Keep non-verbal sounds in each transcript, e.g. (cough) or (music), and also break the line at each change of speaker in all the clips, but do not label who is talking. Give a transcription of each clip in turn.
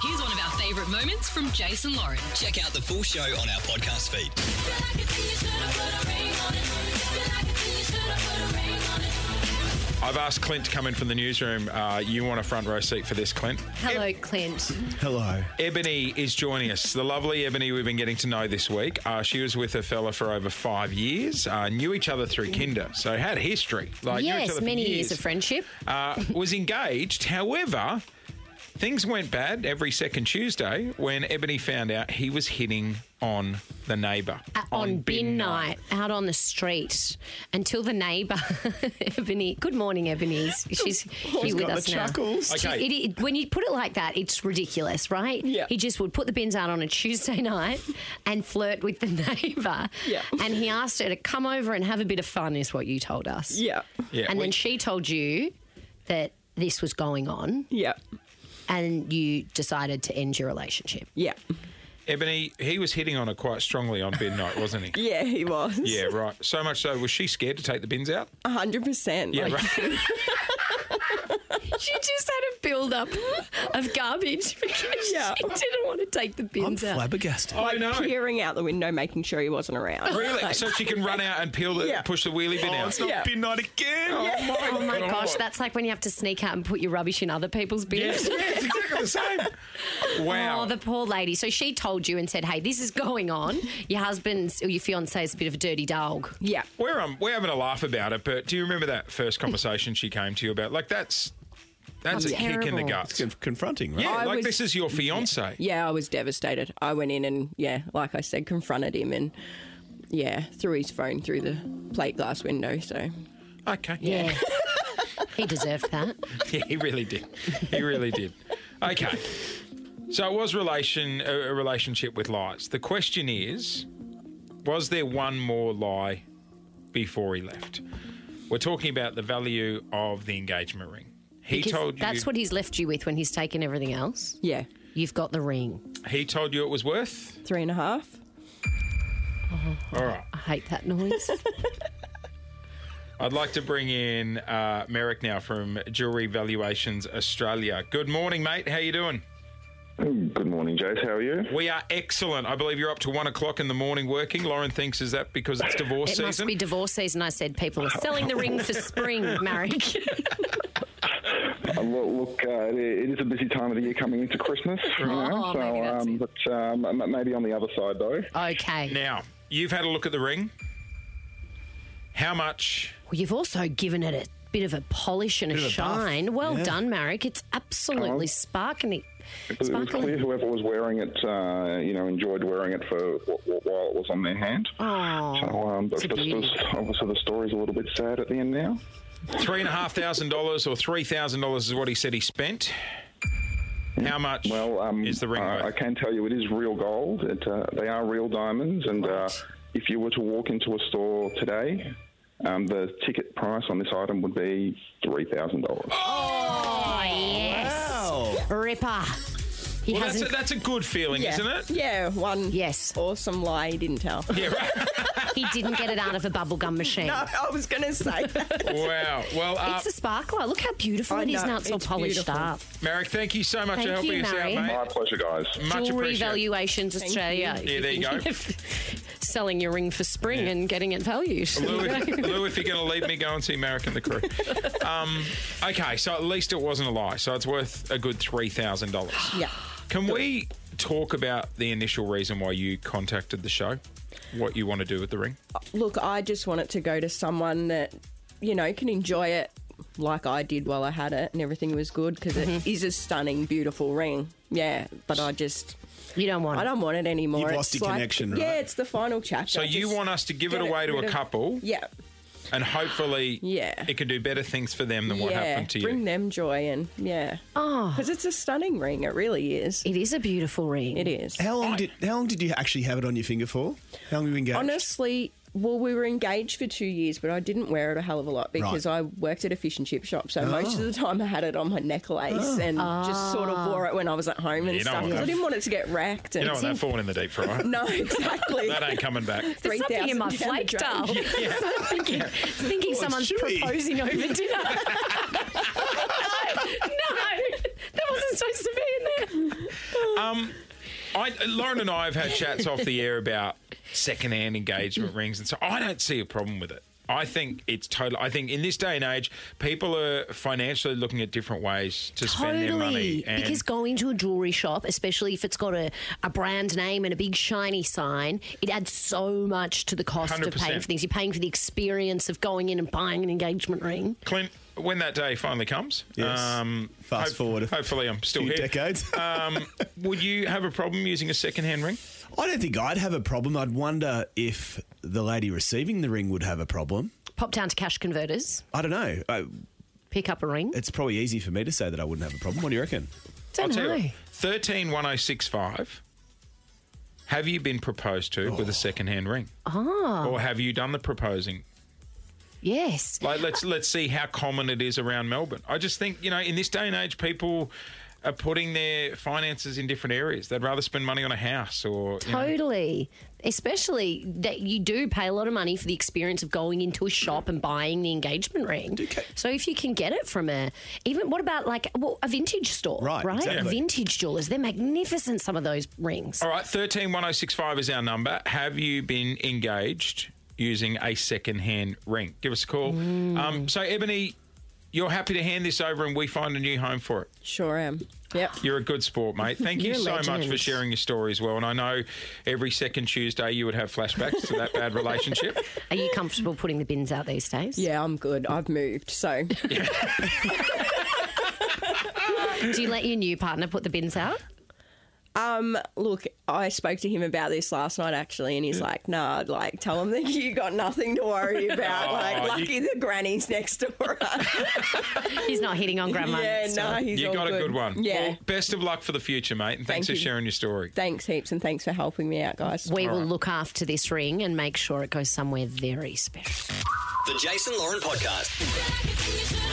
Here's one of our favourite moments from Jason Lauren.
Check out the full show on our podcast feed.
I've asked Clint to come in from the newsroom. Uh, you want a front row seat for this, Clint? E-,
Hello, Clint.
Hello.
Ebony is joining us. The lovely Ebony we've been getting to know this week. Uh, she was with a fella for over five years, uh, knew each other through Kinder, so had history. Like, knew each other
yes,
for
many years of friendship.
uh, was engaged. However, things went bad every second Tuesday when Ebony found out he was hitting on the neighbour
Uh, on, bin, night, out on the street, until the neighbour, (laughs) Ebony. Good morning, Ebony. She's here with
got
us
the
now.
chuckles.
She-
Okay.
it- it- when you put it like that, it's ridiculous, right?
Yeah.
He just would put the bins out on a Tuesday (laughs) night and flirt with the neighbour.
Yeah.
And he asked her to come over and have a bit of fun, is what you told us.
Yeah.
Yeah,
and
we-
then she told you that this was going on,
Yeah.
and you decided to end your relationship.
Yeah.
Ebony, he was hitting on her quite strongly on bin night, wasn't
(laughs)
he?
Yeah, he was.
Yeah, right. So much so, was she scared to take the bins out?
100%.
Yeah,
Like,
(laughs) right.
She just had a build up of garbage (laughs) because
Yeah.
she didn't want to take the
I'm
bins out.
flabbergasted.
I know.
peering out the window, making sure he wasn't around.
Really? So she can run out and peel the,
Yeah.
push the wheelie bin out.
It's not
Yeah.
bin night again.
Oh my
God.
gosh, that's like when you have to sneak out and put your rubbish in other people's
Yes,
bins.
yeah, it's exactly the same. Wow.
(laughs) Oh, the poor lady. So she told you and said, "Hey, this is going on. Your husband's or your fiance's a bit of a dirty dog."
Yeah.
We're um, we're having a laugh about it, but do you remember that first conversation she came to you about? Like that's that's
Oh,
a kick in the
terrible.
guts.
It's confronting, right?
Yeah,
I
like
was-
this is your fiance.
Yeah, I was devastated. I went in and, yeah, like I said, confronted him and, yeah, threw his phone through the plate glass window. So,
Okay.
Yeah, (laughs) he deserved that.
(laughs) Yeah, he really did. He really did. Okay. So it was relation a a relationship with lies. The question is, was there one more lie before he left? We're talking about the value of the engagement ring. He
Because
told you
that's what he's left you with when he's taken everything else.
yeah,
You've got the ring.
he told you it was worth.
three and a half.
All right.
I hate
(laughs)
that noise.
I'd like to bring in uh, Merrick now from Jewelry Valuations Australia. Good morning, mate. How you doing?
Good morning, Jace. How are you?
We are excellent. I believe you're up to one o'clock in the morning working. Lauren thinks is that because it's divorce
It must
season.
be divorce season. I said people are selling the ring for spring,
(laughs)
Marek. (laughs)
Uh, well, look, uh, it it is a busy time of the year coming into Christmas, you know,
Oh, maybe that's
um,
it.
but um, m- maybe on the other side though.
Okay.
now you've had a look at the ring. How much?
Well, you've also given it a bit of a polish and a,
Bit of a buff.
shine. Well
Yeah.
done, Marek. It's absolutely sparkling.
It was clear
Sparkling.
whoever was wearing it, uh, you know, enjoyed wearing it for wh- wh- while it was on their hand.
Oh,
So, um, but
it's a
this
beauty.
was obviously the story's a little bit sad at the end now.
Three and a half thousand dollars or three thousand dollars is what he said he spent. How much
Well, um,
is the ring
uh, I
worth?
can tell you it is real gold. It, uh, they are real diamonds, and uh, if you were to walk into a store today, um, the ticket price on this item would be three thousand dollars.
oh yes. Ripper. He
Well, that's a,
hasn't.
that's a good feeling,
Yeah.
isn't it?
Yeah,
(laughs)
one
Yes.
awesome lie he didn't tell.
Yeah. Right.
he didn't get it out of a bubblegum machine.
(laughs) I was going to say that.
(laughs) wow. Well, uh,
It's a sparkler. Look how beautiful
I
it is
know,
now. It's all
it's
polished
beautiful.
up.
Merrick, thank you so much for
Thank
helping
you,
us
Mary.
out, mate.
My pleasure, guys.
Much
Jewelry
appreciated.
Valuations
Thank
Australia.
you.
Yeah, there you go.
(laughs) Selling your ring for spring and getting it valued.
Lou,
(laughs)
if, Lou, if you're going to leave me, go and see Merrick and the crew. Um, okay, so at least it wasn't a lie. So it's worth a good three thousand dollars.
yeah.
Can we talk about the initial reason why you contacted the show? What you want to do with the ring?
Look, I just want it to go to someone that, you know, can enjoy it like I did while I had it and everything was good because
Mm-hmm.
is a stunning, beautiful ring. Yeah, but I just,
you don't want
I
it.
don't want it anymore.
You've
It's
lost your connection, right?
Yeah, it's the final chapter.
So you
Just
want us to give
get
it away to
rid
a
of-
couple,
Yeah.
and hopefully,
Yeah.
it can do better things for them than what
yeah,
happened to you.
Bring them joy and, yeah.
Oh.
Because it's a stunning ring. It really is.
It is a beautiful ring.
It is.
How long did how long did you actually have it on your finger for? How long were you engaged?
Honestly, well, we were engaged for two years, but I didn't wear it a hell of a lot because
Right.
I worked at a fish and chip shop. So most of the time I had it on my necklace and just sort of wore it when I was at home and
You don't
stuff
want
because I
that.
didn't want it to get racked. And
You know what? They're falling in the deep fryer.
(laughs) no,
(laughs)
exactly.
That ain't coming
(laughs)
back.
There's something in my
3,000
flake
down
doll.
the drain.
I'm (laughs) thinking,
Oh,
thinking someone's
chewy.
(laughs)
proposing over dinner. (laughs) no, no, that wasn't so severe in there.
Um, I, Lauren and I have had chats off the air about secondhand engagement
Mm.
rings, and so I don't see a problem with it. I think it's total. I think in this day and age, people are financially looking at different ways to spend their money.
Totally.
And
Because going to a jewelry shop, especially if it's got a, a brand name and a big shiny sign, it adds so much to the cost of
100%.
paying for things. You're paying for the experience of going in and buying an engagement ring.
Clint, when that day finally comes, um,
Yes. Fast forward a
Hopefully, I'm still
Few
here.
decades. (laughs)
um, would you have a problem using a secondhand ring?
I don't think I'd have a problem. I'd wonder if the lady receiving the ring would have a problem.
Pop down to cash converters,
I don't know. I,
pick up a ring.
it's probably easy for me to say that I wouldn't have a problem. What do you reckon?
Don't
I'll
know.
tell you, thirteen one oh six five. Have you been proposed to with a secondhand ring? Oh. Or have you done the proposing?
Yes.
Like let's let's see how common it is around Melbourne. I just think, you know, in this day and age people are putting their finances in different areas. They'd rather spend money on a house or you know,
Totally. Especially that you do pay a lot of money for the experience of going into a shop and buying the engagement ring. So if you can get it from a even what about like well, a vintage store,
Right, exactly.
Vintage jewelers, they're magnificent. Some of those rings.
All right, 131065 is our number. Have you been engaged using a second-hand ring? Give us a call.
Mm.
Um, so Ebony, you're happy to hand this over and we find a new home for it.
Sure am. Yep.
You're a good sport, mate. Thank you
(laughs)
You're a
so much for
legend.
sharing your story as well. And I know every second Tuesday you would have flashbacks to that bad relationship.
Are you comfortable putting the bins out these days?
Yeah, I'm good. I've moved, so (laughs)
Do you let your new partner put the bins out?
Look, I spoke to him about this last night actually, and he's like, "Nah, like tell him that you got nothing to
(laughs)
worry about.
Oh,
like,
you-
lucky the granny's next
(laughs)
door."
He's not hitting on grandma.
yeah,
and
no,
stuff.
(laughs) he's
You
all
got a good one.
Yeah,
Well, best of luck for the future, mate. And thanks
Thank
for
you.
sharing your story.
thanks heaps, and thanks for helping me out, guys.
We will look after this ring and make sure it goes somewhere very special.
The Jason Lauren Podcast.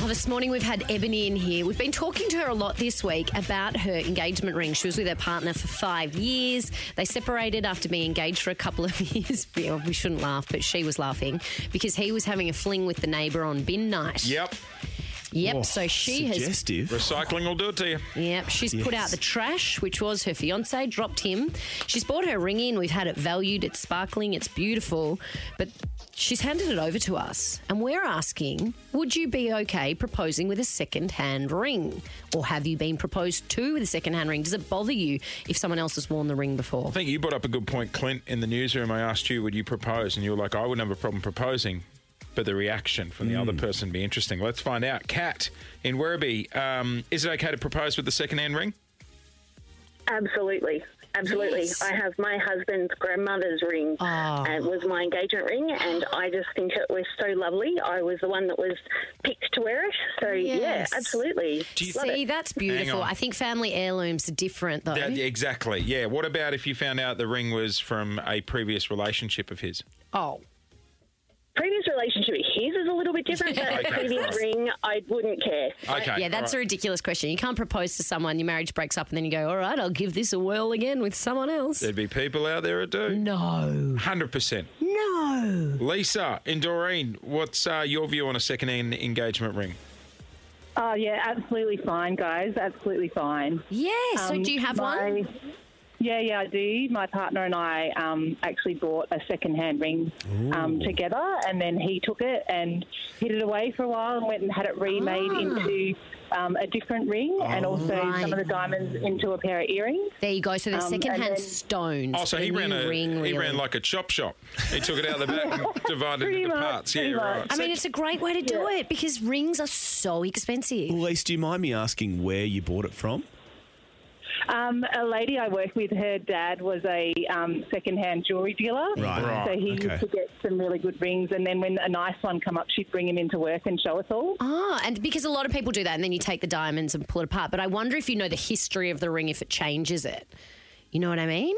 Well, this morning we've had Ebony in here. We've been talking to her a lot this week about her engagement ring. She was with her partner for five years. They separated after being engaged for a couple of (laughs) years. We we shouldn't laugh, but she was laughing because he was having a fling with the neighbour on bin night.
Yep.
Yep. so she has
Oh, suggestive.
Recycling will do it to you.
Yep, she's put
Yes.
out the trash, which was her fiance, dropped him. She's bought her ring in. We've had it valued. It's sparkling. It's beautiful. But she's handed it over to us. And we're asking would you be okay proposing with a second hand ring? Or have you been proposed to with a second hand ring? Does it bother you if someone else has worn the ring before?
I think you brought up a good point, Clint, in the newsroom. I asked you, would you propose? And you were like, I wouldn't have a problem proposing, but the reaction from the other
Hmm.
person would be interesting. Let's find out. Kat in Werribee, um, is it okay to propose with the second-hand ring?
Absolutely. Absolutely.
Yes.
I have my husband's grandmother's ring.
Oh.
Ah.
And it was my engagement ring, and I just think it was so lovely. I was the one that was picked to wear it. So,
Yes.
yeah, absolutely.
Do you
Love
See,
it.
that's beautiful.
on.
I think family heirlooms are different, though.
Yeah, exactly. Yeah. What about if you found out the ring was from a previous relationship of his?
Oh,
Previous relationship, his is a little bit different, but
(laughs)
Okay,
previous
right.
ring, I wouldn't care.
Okay.
yeah, that's a
all right.
ridiculous question. You can't propose to someone, your marriage breaks up, and then you go, all right, I'll give this a whirl again with someone else.
There'd be people out there that do.
No.
100%.
No.
Lisa in Doreen, what's uh, your view on a second-hand engagement ring?
Oh yeah, absolutely fine, guys. Absolutely fine.
Yeah. so
Um,
do you have
my-
one?
Yeah, yeah, I do. My partner and I um, actually bought a second-hand ring um, together, and then he took it and hid it away for a while, and went and had it remade
Ah.
into um, a different ring,
Oh.
and also some of the
Right.
diamonds into a pair of earrings.
There you go. So they're
Um, and
secondhand
then-
stones.
Oh, so he
the
ran
new
a
ring.
he
really.
ran like a chop shop. He took it out the
(laughs)
back and divided it
Pretty
into
much,
parts. Yeah,
pretty much.
right.
I mean, it's a great way to do it because rings are so expensive.
Elise, do you mind me asking where you bought it from?
Um, a lady I work with, her dad was a um, second-hand jewelry dealer.
Right.
So he
Okay.
used to get some really good rings, and then when a nice one come up, she'd bring him into work and show us all.
Ah, and because a lot of people do that, and then you take the diamonds and pull it apart. But I wonder if you know the history of the ring, if it changes it. You know what I mean?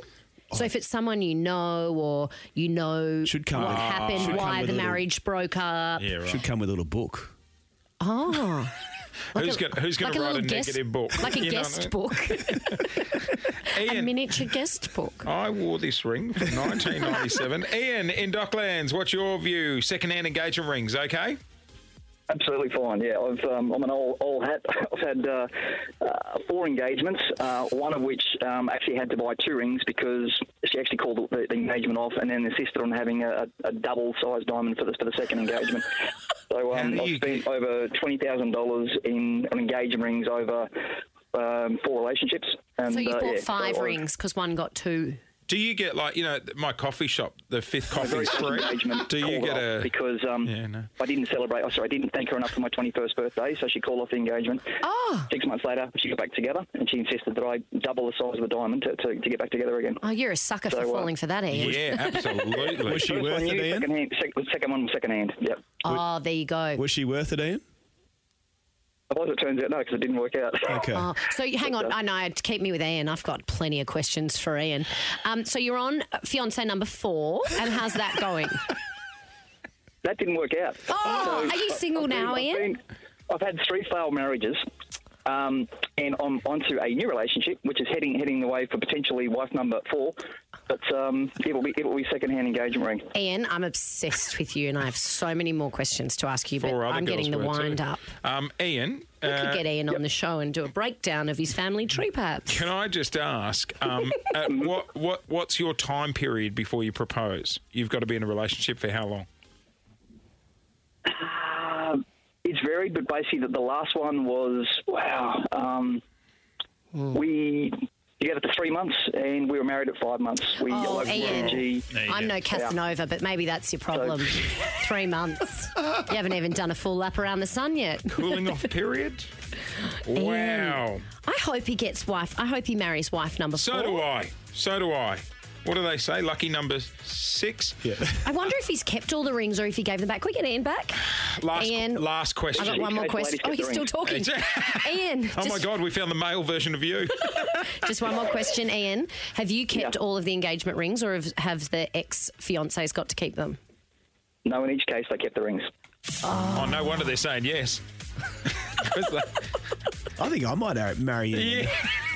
So
Oh.
if it's someone you know, or you know
Should come
what
Ah,
with-
happened,
should come
why
with
the
a little-
marriage broke up.
yeah, right.
Should come with a little book.
Oh,
who's gonna, who's going to
like a
write a,
little guest,
negative book?
like a
You know
guest
what
book,
(laughs) I mean?
a
Ian,
miniature guest book.
I wore this ring
(laughs)
from 1997. Ian in Docklands, what's your view? Second-hand engagement rings, okay?
Absolutely fine. Yeah, I've, um, I'm an old, old hat. (laughs) I've had uh, uh, four engagements, uh, one of which um, actually had to buy two rings because she actually called the, the engagement off, and then insisted on having a, a double sized diamond for the for the second engagement. So um, I've spent over twenty thousand dollars in on engagement rings over um, four relationships. And,
so you
uh,
bought
yeah, so
five
I've-
rings because one got two.
Do you get like you know my coffee shop? The fifth
my very
coffee's
first
free.
engagement
Do you
called
get a?
off because um, I didn't celebrate. Oh, sorry, I didn't thank her enough for my 21st birthday, so she called off the engagement.
Oh.
Six months later, she got back together, and she insisted that I double the size of a diamond to, to, to get back together again.
Oh, you're a sucker for
So, uh,
falling for that, Ian.
Yeah, absolutely.
(laughs)
Was she
First
worth
one
it,
used,
Ian?
second, hand, sec- second one was second hand. Yep.
Oh, there you go.
Was she worth it, Ian?
Otherwise, it turns out no, because it didn't work out.
Okay.
Oh, so you- hang on. I know. Keep me with Ian. I've got plenty of questions for Ian. Um, so you're on fiance number four, and how's that
(laughs)
going?
(laughs) That didn't work out.
Oh,
So,
are you
I've-
single
I've been-
now,
I've
Ian?
been- I've had three failed marriages, um, and I'm onto a new relationship, which is heading heading the way for potentially wife number four. But um, it will be it will be second hand engagement ring.
Ian, I'm obsessed with you, and I have so many more questions to ask you, but
Four other
I'm
girls
getting the
were too.
wind up.
Um, Ian,
We could
uh,
get Ian on the show and do a breakdown of his family tree, perhaps.
can I just ask, um, at what what what's your time period before you propose? You've got to be in a relationship for how long?
It's varied, but basically the, the last one was wow. Um, we you got it to three months, and we were married at five months. We
Oh,
eloped
Ian.
with G.
I'm no Casanova, but maybe that's your
(laughs)
problem. Three months. You haven't even done a full lap around the sun yet.
Cooling off
(laughs)
period? Wow.
I hope he gets wife. I hope he marries wife number
So
four.
do I. So do I. What do they say? Lucky number six. Yeah.
I wonder if he's kept all the rings or if he gave them back. Can we get Ian back?
(laughs) Last
Ian,
last
I
question.
got one more
Ladies
question.
kept
Oh, he's
the
still
rings.
talking. (laughs) Ian,
(laughs) Oh
just,
my God! We found the male version of
(laughs)
you.
just one more question, Ian. Have you kept
Yeah.
all of the engagement rings, or have, have the ex fiancés got to keep them?
No, in each case they kept the rings.
oh, no wonder they're saying
(laughs)
yes. 'Cause they-
I think I might ar- marry you.
yeah,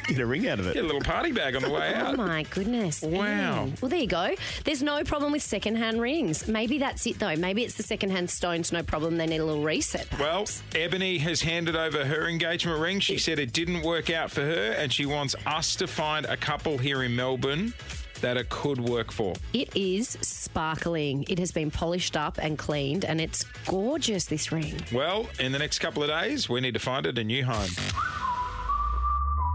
Get a ring out of
get a
it.
little party bag on the way
Oh
out.
my goodness.
Wow.
Ian. Well, there you go. There's no problem with secondhand rings. Maybe that's it, though. Maybe it's the secondhand stones, no problem. They need a little reset.
Well,
perhaps.
Ebony has handed over her engagement ring. She said it didn't work out for her, and she wants us to find a couple here in Melbourne that it could work for.
it is sparkling. It has been polished up and cleaned, and it's gorgeous, this ring.
Well, in the next couple of days, we need to find it a new home.